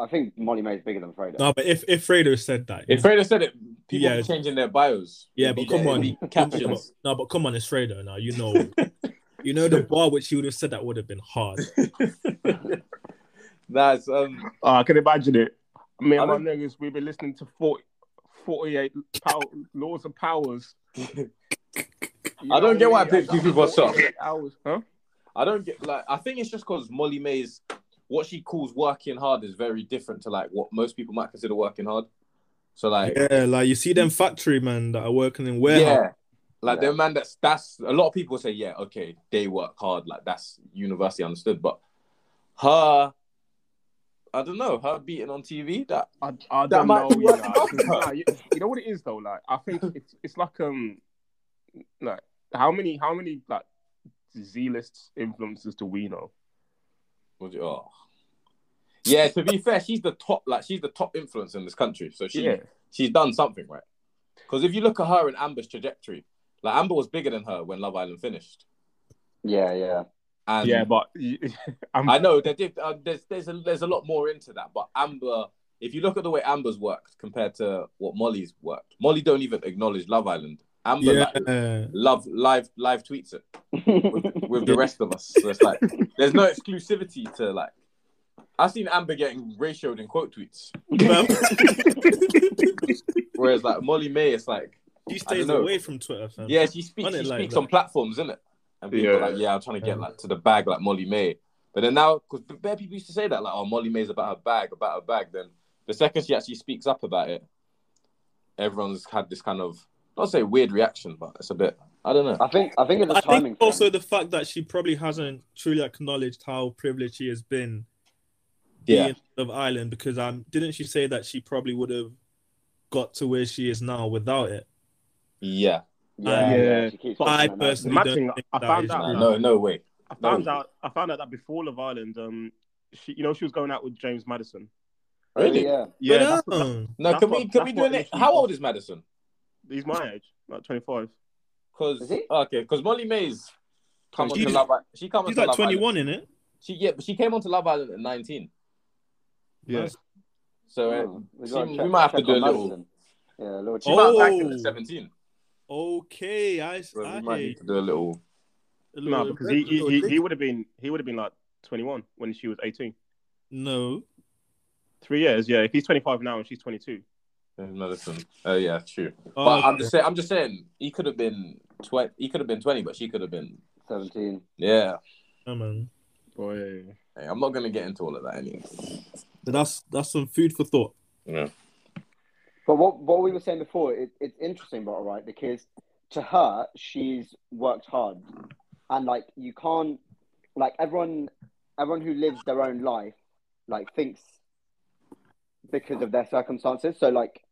[SPEAKER 2] I think Molly May is bigger than Fredo.
[SPEAKER 3] No, but if if Fredo said that,
[SPEAKER 4] If Fredo said it, people
[SPEAKER 3] Yeah.
[SPEAKER 4] be changing their bios.
[SPEAKER 3] Yeah,
[SPEAKER 4] It'd
[SPEAKER 3] but
[SPEAKER 4] be-
[SPEAKER 3] come on.
[SPEAKER 4] it'd be Captions.
[SPEAKER 3] no, but come on, it's Fredo now. You know, you know the bar which he would have said that would have been hard.
[SPEAKER 4] nah, it's, um,
[SPEAKER 1] Uh, I can imagine it. Me
[SPEAKER 4] I
[SPEAKER 1] and my
[SPEAKER 4] don't-
[SPEAKER 1] niggas, we've been listening to 40, 48 pow- laws of powers.
[SPEAKER 4] I don't get why
[SPEAKER 1] people
[SPEAKER 4] people- people are soft.
[SPEAKER 1] Hours, huh?
[SPEAKER 4] I don't get like. I think it's just because Molly May's what she calls working hard is very different to like what most people might consider working hard. So like
[SPEAKER 3] Yeah, like you see them factory man that are working in warehouse.
[SPEAKER 4] yeah, like
[SPEAKER 2] Yeah.
[SPEAKER 4] the man that's that's a lot of people say yeah okay they work hard like that's universally understood but her I don't know her beating on TV that
[SPEAKER 1] I, I
[SPEAKER 4] That
[SPEAKER 1] don't
[SPEAKER 4] might
[SPEAKER 1] know.
[SPEAKER 4] be what
[SPEAKER 1] yeah.
[SPEAKER 4] it
[SPEAKER 1] I think-
[SPEAKER 4] was.
[SPEAKER 1] nah, you, you know what it is though. Like I think it's it's like um like how many how many like Z list influencers do we know?
[SPEAKER 4] was it- oh yeah to be fair she's the top like she's the top influence in this country so she
[SPEAKER 1] Yeah,
[SPEAKER 4] she's done something right because if you look at her and Amber's trajectory like Amber was bigger than her when Love Island finished
[SPEAKER 2] Yeah, yeah.
[SPEAKER 4] and
[SPEAKER 1] yeah, but I'm,
[SPEAKER 4] I know that if, uh, there's there's a, there's a lot more into that, but Amber, if you look at the way Amber's worked compared to what Molly's worked, Molly don't even acknowledge Love Island. Amber
[SPEAKER 3] Yeah.
[SPEAKER 4] like, love live live tweets it with, with the
[SPEAKER 3] Yeah.
[SPEAKER 4] rest of us. So it's like there's no exclusivity to like. I've seen Amber getting ratioed in quote tweets,
[SPEAKER 3] Man,
[SPEAKER 4] whereas like Molly May, it's like
[SPEAKER 3] she
[SPEAKER 4] I don't
[SPEAKER 3] stays
[SPEAKER 4] know.
[SPEAKER 3] away from Twitter, fam.
[SPEAKER 4] yeah, she speaks
[SPEAKER 3] Run it
[SPEAKER 4] she
[SPEAKER 3] like
[SPEAKER 4] speaks
[SPEAKER 3] that.
[SPEAKER 4] on platforms, isn't it? And people are
[SPEAKER 1] Yeah.
[SPEAKER 4] like, yeah, I'm trying to get
[SPEAKER 3] Yeah.
[SPEAKER 4] like to the bag like Molly May. But then now, because bare people used to say that, like, oh, Molly May's about her bag, about her bag. Then the second she actually speaks up about it, everyone's had this kind of not say weird reaction, but it's a bit I don't know.
[SPEAKER 2] I think I think it's a
[SPEAKER 3] I
[SPEAKER 2] timing.
[SPEAKER 3] think also
[SPEAKER 2] thing.
[SPEAKER 3] the fact that she probably hasn't truly acknowledged how privileged she has been
[SPEAKER 4] Yeah,
[SPEAKER 3] being of Ireland because um didn't she say that she probably would have got to where she is now without it?
[SPEAKER 4] yeah.
[SPEAKER 2] yeah,
[SPEAKER 1] Yeah.
[SPEAKER 2] yeah. she keeps
[SPEAKER 1] But
[SPEAKER 2] saying
[SPEAKER 3] I
[SPEAKER 2] that.
[SPEAKER 1] the
[SPEAKER 3] personally
[SPEAKER 1] mad
[SPEAKER 3] don't
[SPEAKER 1] thing,
[SPEAKER 3] think
[SPEAKER 1] I
[SPEAKER 3] that
[SPEAKER 1] found
[SPEAKER 3] is
[SPEAKER 1] out
[SPEAKER 3] true.
[SPEAKER 1] that-
[SPEAKER 4] No, no way.
[SPEAKER 1] I found
[SPEAKER 4] No.
[SPEAKER 1] out I found out that before Love Island, um, she you know she was going out with James Madison.
[SPEAKER 2] Oh,
[SPEAKER 4] Really?
[SPEAKER 2] Yeah.
[SPEAKER 1] Yeah,
[SPEAKER 3] But,
[SPEAKER 1] that's what- that-
[SPEAKER 3] um,
[SPEAKER 4] No,
[SPEAKER 1] That's
[SPEAKER 4] can
[SPEAKER 1] what-
[SPEAKER 4] we can
[SPEAKER 1] that's
[SPEAKER 4] we
[SPEAKER 1] what
[SPEAKER 4] do it?
[SPEAKER 1] initially-
[SPEAKER 4] How old is Madison?
[SPEAKER 1] he's my age, like twenty five.
[SPEAKER 4] Because
[SPEAKER 2] Is he?
[SPEAKER 4] okay, because Molly May's come on to
[SPEAKER 3] Oh, She's-
[SPEAKER 4] Love Island. She come
[SPEAKER 3] she's
[SPEAKER 4] onto
[SPEAKER 3] like
[SPEAKER 4] Love Island.
[SPEAKER 3] 21 in it.
[SPEAKER 4] She yeah, but she came onto Love Island at 19.
[SPEAKER 1] Yeah,
[SPEAKER 3] That's-
[SPEAKER 4] So uh,
[SPEAKER 2] Oh, we gotta
[SPEAKER 4] she-
[SPEAKER 2] check-
[SPEAKER 4] we might have to
[SPEAKER 2] check
[SPEAKER 4] do
[SPEAKER 2] on
[SPEAKER 4] a little-
[SPEAKER 2] Madison. Yeah, a little
[SPEAKER 4] She
[SPEAKER 2] check.
[SPEAKER 4] might
[SPEAKER 3] Oh.
[SPEAKER 4] like it at 17.
[SPEAKER 3] Okay, I,
[SPEAKER 4] So we
[SPEAKER 3] I
[SPEAKER 4] might need to do a little.
[SPEAKER 3] a
[SPEAKER 1] no,
[SPEAKER 3] little-
[SPEAKER 1] because he
[SPEAKER 3] little
[SPEAKER 1] he, he,
[SPEAKER 3] dig-
[SPEAKER 1] he would have been he would have been like twenty one when she was eighteen.
[SPEAKER 3] no.
[SPEAKER 1] Three years, yeah. If he's twenty five now and she's twenty two,
[SPEAKER 4] There's medicine. Oh yeah, true.
[SPEAKER 3] Oh,
[SPEAKER 4] but I'm
[SPEAKER 3] okay.
[SPEAKER 4] just saying. I'm just saying. He could have been twenty. He could have been twenty, but she could have been.
[SPEAKER 2] Seventeen.
[SPEAKER 4] Yeah.
[SPEAKER 3] Oh, man.
[SPEAKER 1] boy.
[SPEAKER 4] Hey, I'm not gonna get into all of that anyway.
[SPEAKER 3] But that's that's some food for thought.
[SPEAKER 4] Yeah.
[SPEAKER 2] But what what we were saying before, it, it's interesting, but right, because to her, she's worked hard, and like you can't, like everyone, everyone who lives their own life, like thinks because of their circumstances. So like,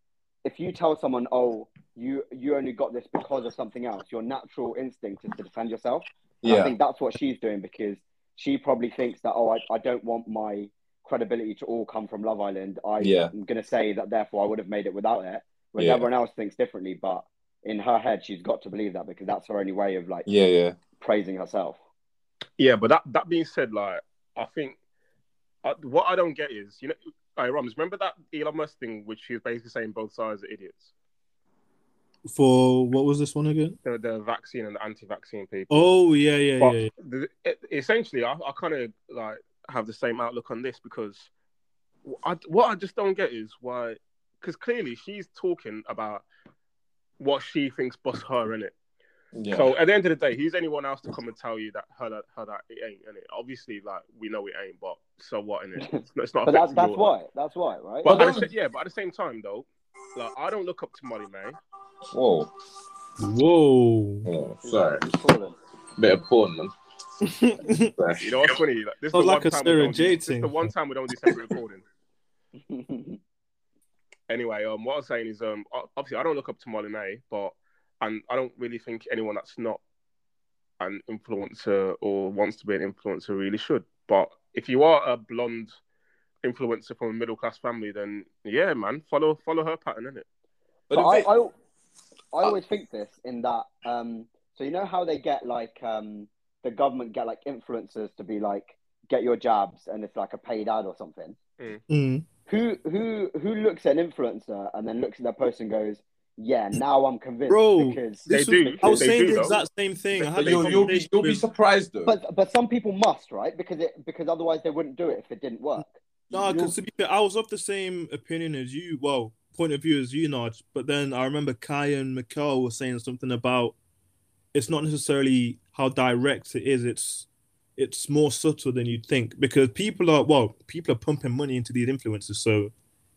[SPEAKER 2] if you tell someone, oh, you you only got this because of something else, your natural instinct is to defend yourself. And I
[SPEAKER 4] Yeah.
[SPEAKER 2] think that's what she's doing because she probably thinks that, oh, I, I don't want my credibility to all come from Love Island. I,
[SPEAKER 4] Yeah.
[SPEAKER 2] am going to say that, therefore, I would have made it without it. Whereas
[SPEAKER 4] Yeah.
[SPEAKER 2] everyone else thinks differently. But in her head, she's got to believe that because that's her only way of like
[SPEAKER 4] Yeah. Yeah.
[SPEAKER 2] praising herself.
[SPEAKER 1] Yeah, but that that being said, like I think I, what I don't get is you know, like, Rums, remember that Elon Musk thing, which he was basically saying both sides are idiots,
[SPEAKER 3] For what was this one again?
[SPEAKER 1] the, the vaccine and the anti-vaccine people.
[SPEAKER 3] Oh yeah, yeah,
[SPEAKER 1] but
[SPEAKER 3] yeah.
[SPEAKER 1] the, e- essentially, I, I kind of like have the same outlook on this because I, what I just don't get is why, because clearly she's talking about what she thinks busts her in it.
[SPEAKER 4] Yeah.
[SPEAKER 1] So at the end of the day, who's anyone else to come and tell you that her that, her that it ain't in it? Obviously, like we know it ain't, but so what in it? It's not. It's not
[SPEAKER 2] But that's,
[SPEAKER 1] affecting
[SPEAKER 2] that's
[SPEAKER 1] your life.
[SPEAKER 2] why. That's why, right?
[SPEAKER 1] But
[SPEAKER 4] Well,
[SPEAKER 1] at the,
[SPEAKER 4] that
[SPEAKER 1] sa- yeah, but at the same time though, like I don't look up to Molly May.
[SPEAKER 4] Whoa.
[SPEAKER 3] Whoa.
[SPEAKER 4] Oh, sorry.
[SPEAKER 2] Who's calling?
[SPEAKER 4] Bit of porn, man.
[SPEAKER 1] You know what's funny? Like, this is the
[SPEAKER 3] Sounds
[SPEAKER 1] one
[SPEAKER 3] like a
[SPEAKER 1] time we
[SPEAKER 3] Sarah
[SPEAKER 1] don't do-
[SPEAKER 3] Jade
[SPEAKER 1] this is the
[SPEAKER 3] thing.
[SPEAKER 1] one time we don't do separate recording. Anyway, um, what I was saying is, um, o- obviously I don't look up to Molly May, but and I don't really think anyone that's not an influencer or wants to be an influencer really should. But if you are a blonde influencer from a middle class family, then yeah, man, follow follow her pattern, innit?
[SPEAKER 4] But
[SPEAKER 2] But I,
[SPEAKER 4] if it-
[SPEAKER 2] I, I always think this in that. Um, so you know how they get like um, the government get like influencers to be like get your jabs, and it's like a paid ad or something.
[SPEAKER 3] Mm.
[SPEAKER 2] Who who who looks at an influencer and then looks at their post and goes, "Yeah, now I'm convinced."
[SPEAKER 3] Bro.
[SPEAKER 2] because
[SPEAKER 1] They
[SPEAKER 3] This was-
[SPEAKER 1] do.
[SPEAKER 3] I was
[SPEAKER 1] they
[SPEAKER 3] saying
[SPEAKER 1] do,
[SPEAKER 3] the
[SPEAKER 1] though.
[SPEAKER 3] exact same thing. I
[SPEAKER 4] but
[SPEAKER 3] had a
[SPEAKER 4] you'll, you'll be
[SPEAKER 3] conversation
[SPEAKER 4] you'll be
[SPEAKER 3] with-
[SPEAKER 4] surprised though.
[SPEAKER 2] but but some people must right because it because otherwise they wouldn't do it if it didn't work.
[SPEAKER 3] No,
[SPEAKER 2] You'll-
[SPEAKER 3] because to be fair, I was of the same opinion as you. Well, point of view as you, Naj. But then I remember Kai and Mikel were saying something about it's not necessarily how direct it is. It's it's more subtle than you'd think because people are well, people are pumping money into these influencers, so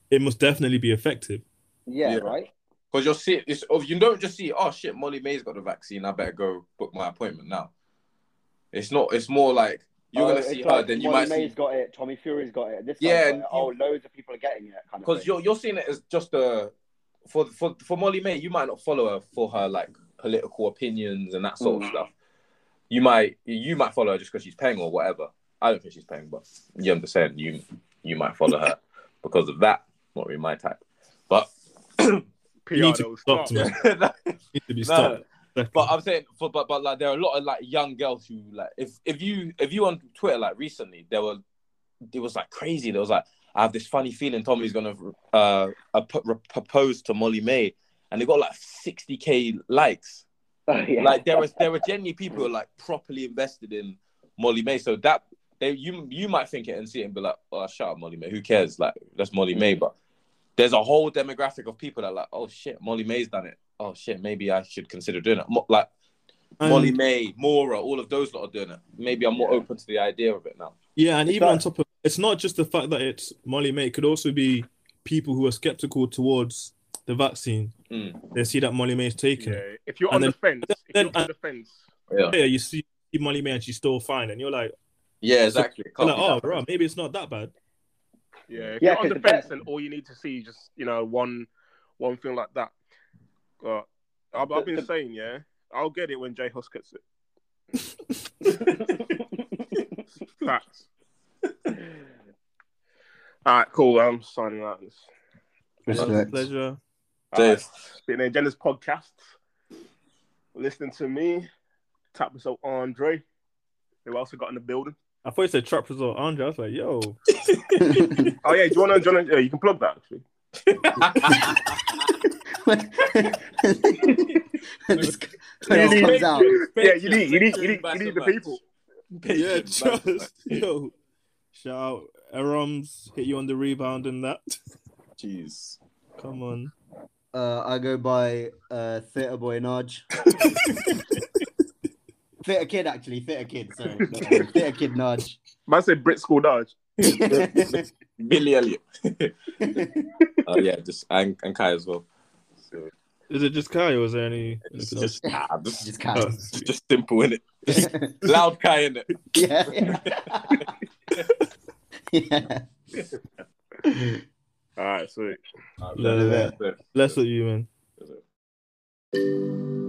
[SPEAKER 3] it must definitely be effective.
[SPEAKER 2] Yeah,
[SPEAKER 4] Yeah.
[SPEAKER 2] right.
[SPEAKER 4] Because you'll see it's oh, you don't just see, oh shit, Molly May's got the vaccine, I better go book my appointment now. It's not it's more like you're
[SPEAKER 2] Oh,
[SPEAKER 4] gonna
[SPEAKER 2] it's
[SPEAKER 4] see her,
[SPEAKER 2] like
[SPEAKER 4] then you
[SPEAKER 2] Molly
[SPEAKER 4] might
[SPEAKER 2] May's
[SPEAKER 4] see
[SPEAKER 2] got it. Tommy Fury's got it. This
[SPEAKER 4] Yeah,
[SPEAKER 2] yeah,
[SPEAKER 4] and
[SPEAKER 2] oh, loads of people are getting it. Kind of
[SPEAKER 4] because
[SPEAKER 2] thing.
[SPEAKER 4] you're you're seeing it as just a for for for Molly May, you might not follow her for her like political opinions and that sort of
[SPEAKER 2] Mm.
[SPEAKER 4] stuff. You might you might follow her just because she's paying or whatever. I don't think she's paying, but you understand. You you might follow her because of that. Not really my type, but
[SPEAKER 1] PR
[SPEAKER 3] You need to
[SPEAKER 1] though,
[SPEAKER 3] stop
[SPEAKER 1] start.
[SPEAKER 3] to Need to be stopped.
[SPEAKER 4] But I'm saying, for, but but like there are a lot of like young girls who like if if you if you on Twitter like recently there were it was like crazy. There was like I have this funny feeling Tommy's gonna uh, uh pro- re- propose to Molly May, and they got like 60k likes.
[SPEAKER 2] Oh, yeah.
[SPEAKER 4] Like there was there were genuinely people who are like properly invested in Molly May. So that they you you might think it and see it and be like, oh shut up Molly May, who cares? Like that's Molly May, but there's a whole demographic of people that are like, oh shit, Molly May's done it. Oh shit, maybe I should consider doing it. Mo- Like
[SPEAKER 3] And-
[SPEAKER 4] Molly May, Mora, all of those lot are doing it. Maybe I'm more
[SPEAKER 2] Yeah.
[SPEAKER 4] open to the idea of it now.
[SPEAKER 3] Yeah, and
[SPEAKER 2] It's
[SPEAKER 3] even on
[SPEAKER 2] like-
[SPEAKER 3] top of it's not just the fact that it's Molly May, it could also be people who are skeptical towards the vaccine.
[SPEAKER 4] Mm.
[SPEAKER 3] They see that Molly May is taking
[SPEAKER 1] Yeah.
[SPEAKER 3] it.
[SPEAKER 1] If you're
[SPEAKER 3] And
[SPEAKER 1] on
[SPEAKER 3] then-
[SPEAKER 1] the fence, if
[SPEAKER 3] then-
[SPEAKER 1] you're on the fence,
[SPEAKER 3] Yeah, you see Molly May and she's still fine, and you're like,
[SPEAKER 4] Yeah, exactly. It
[SPEAKER 3] you're
[SPEAKER 4] can't
[SPEAKER 3] like
[SPEAKER 4] be
[SPEAKER 3] oh,
[SPEAKER 4] that
[SPEAKER 3] bro, maybe it's not that bad.
[SPEAKER 1] yeah, if
[SPEAKER 2] Yeah,
[SPEAKER 1] you're on
[SPEAKER 2] 'cause
[SPEAKER 1] the
[SPEAKER 2] the bet-
[SPEAKER 1] fence, then all you need to see is just you know one one thing like that. But I've, I've been saying, yeah, I'll get it when Jay Huss gets it. Facts. All right, cool. I'm signing out.
[SPEAKER 2] Respect.
[SPEAKER 3] Pleasure.
[SPEAKER 1] All right.
[SPEAKER 4] Cheers.
[SPEAKER 1] Spitting Agendas podcast. Listening to me. Tap myself Andre. Who else we got in the building?
[SPEAKER 3] I thought you said trap result, Andre. I was like, yo,
[SPEAKER 1] Oh yeah, do you want to? Do you, wanna, yeah, you can plug that actually.
[SPEAKER 2] Just- just comes out.
[SPEAKER 1] Yeah, you need, you need, you need, you need the people.
[SPEAKER 3] yeah,
[SPEAKER 4] Patience, man.
[SPEAKER 3] trust, yo. Shout out, Aroms, hit you on the rebound and that.
[SPEAKER 4] Jeez.
[SPEAKER 3] Come on.
[SPEAKER 5] Uh, I go by uh, Theatre Boy Nudge. Theatre Kid, actually. Theatre Kid, sorry. um, Theatre Kid Nudge.
[SPEAKER 1] Man said Brit School Dodge.
[SPEAKER 4] Billy Elliot. Oh yeah, just and, and Kai as well. So,
[SPEAKER 3] Is it just Kai or was there any?
[SPEAKER 4] it's just, ah, just
[SPEAKER 5] Just cat.
[SPEAKER 4] just simple in it. Loud Kai in it.
[SPEAKER 5] yeah. yeah.
[SPEAKER 1] All right, sweet.
[SPEAKER 3] Look at that. Bless up you, man.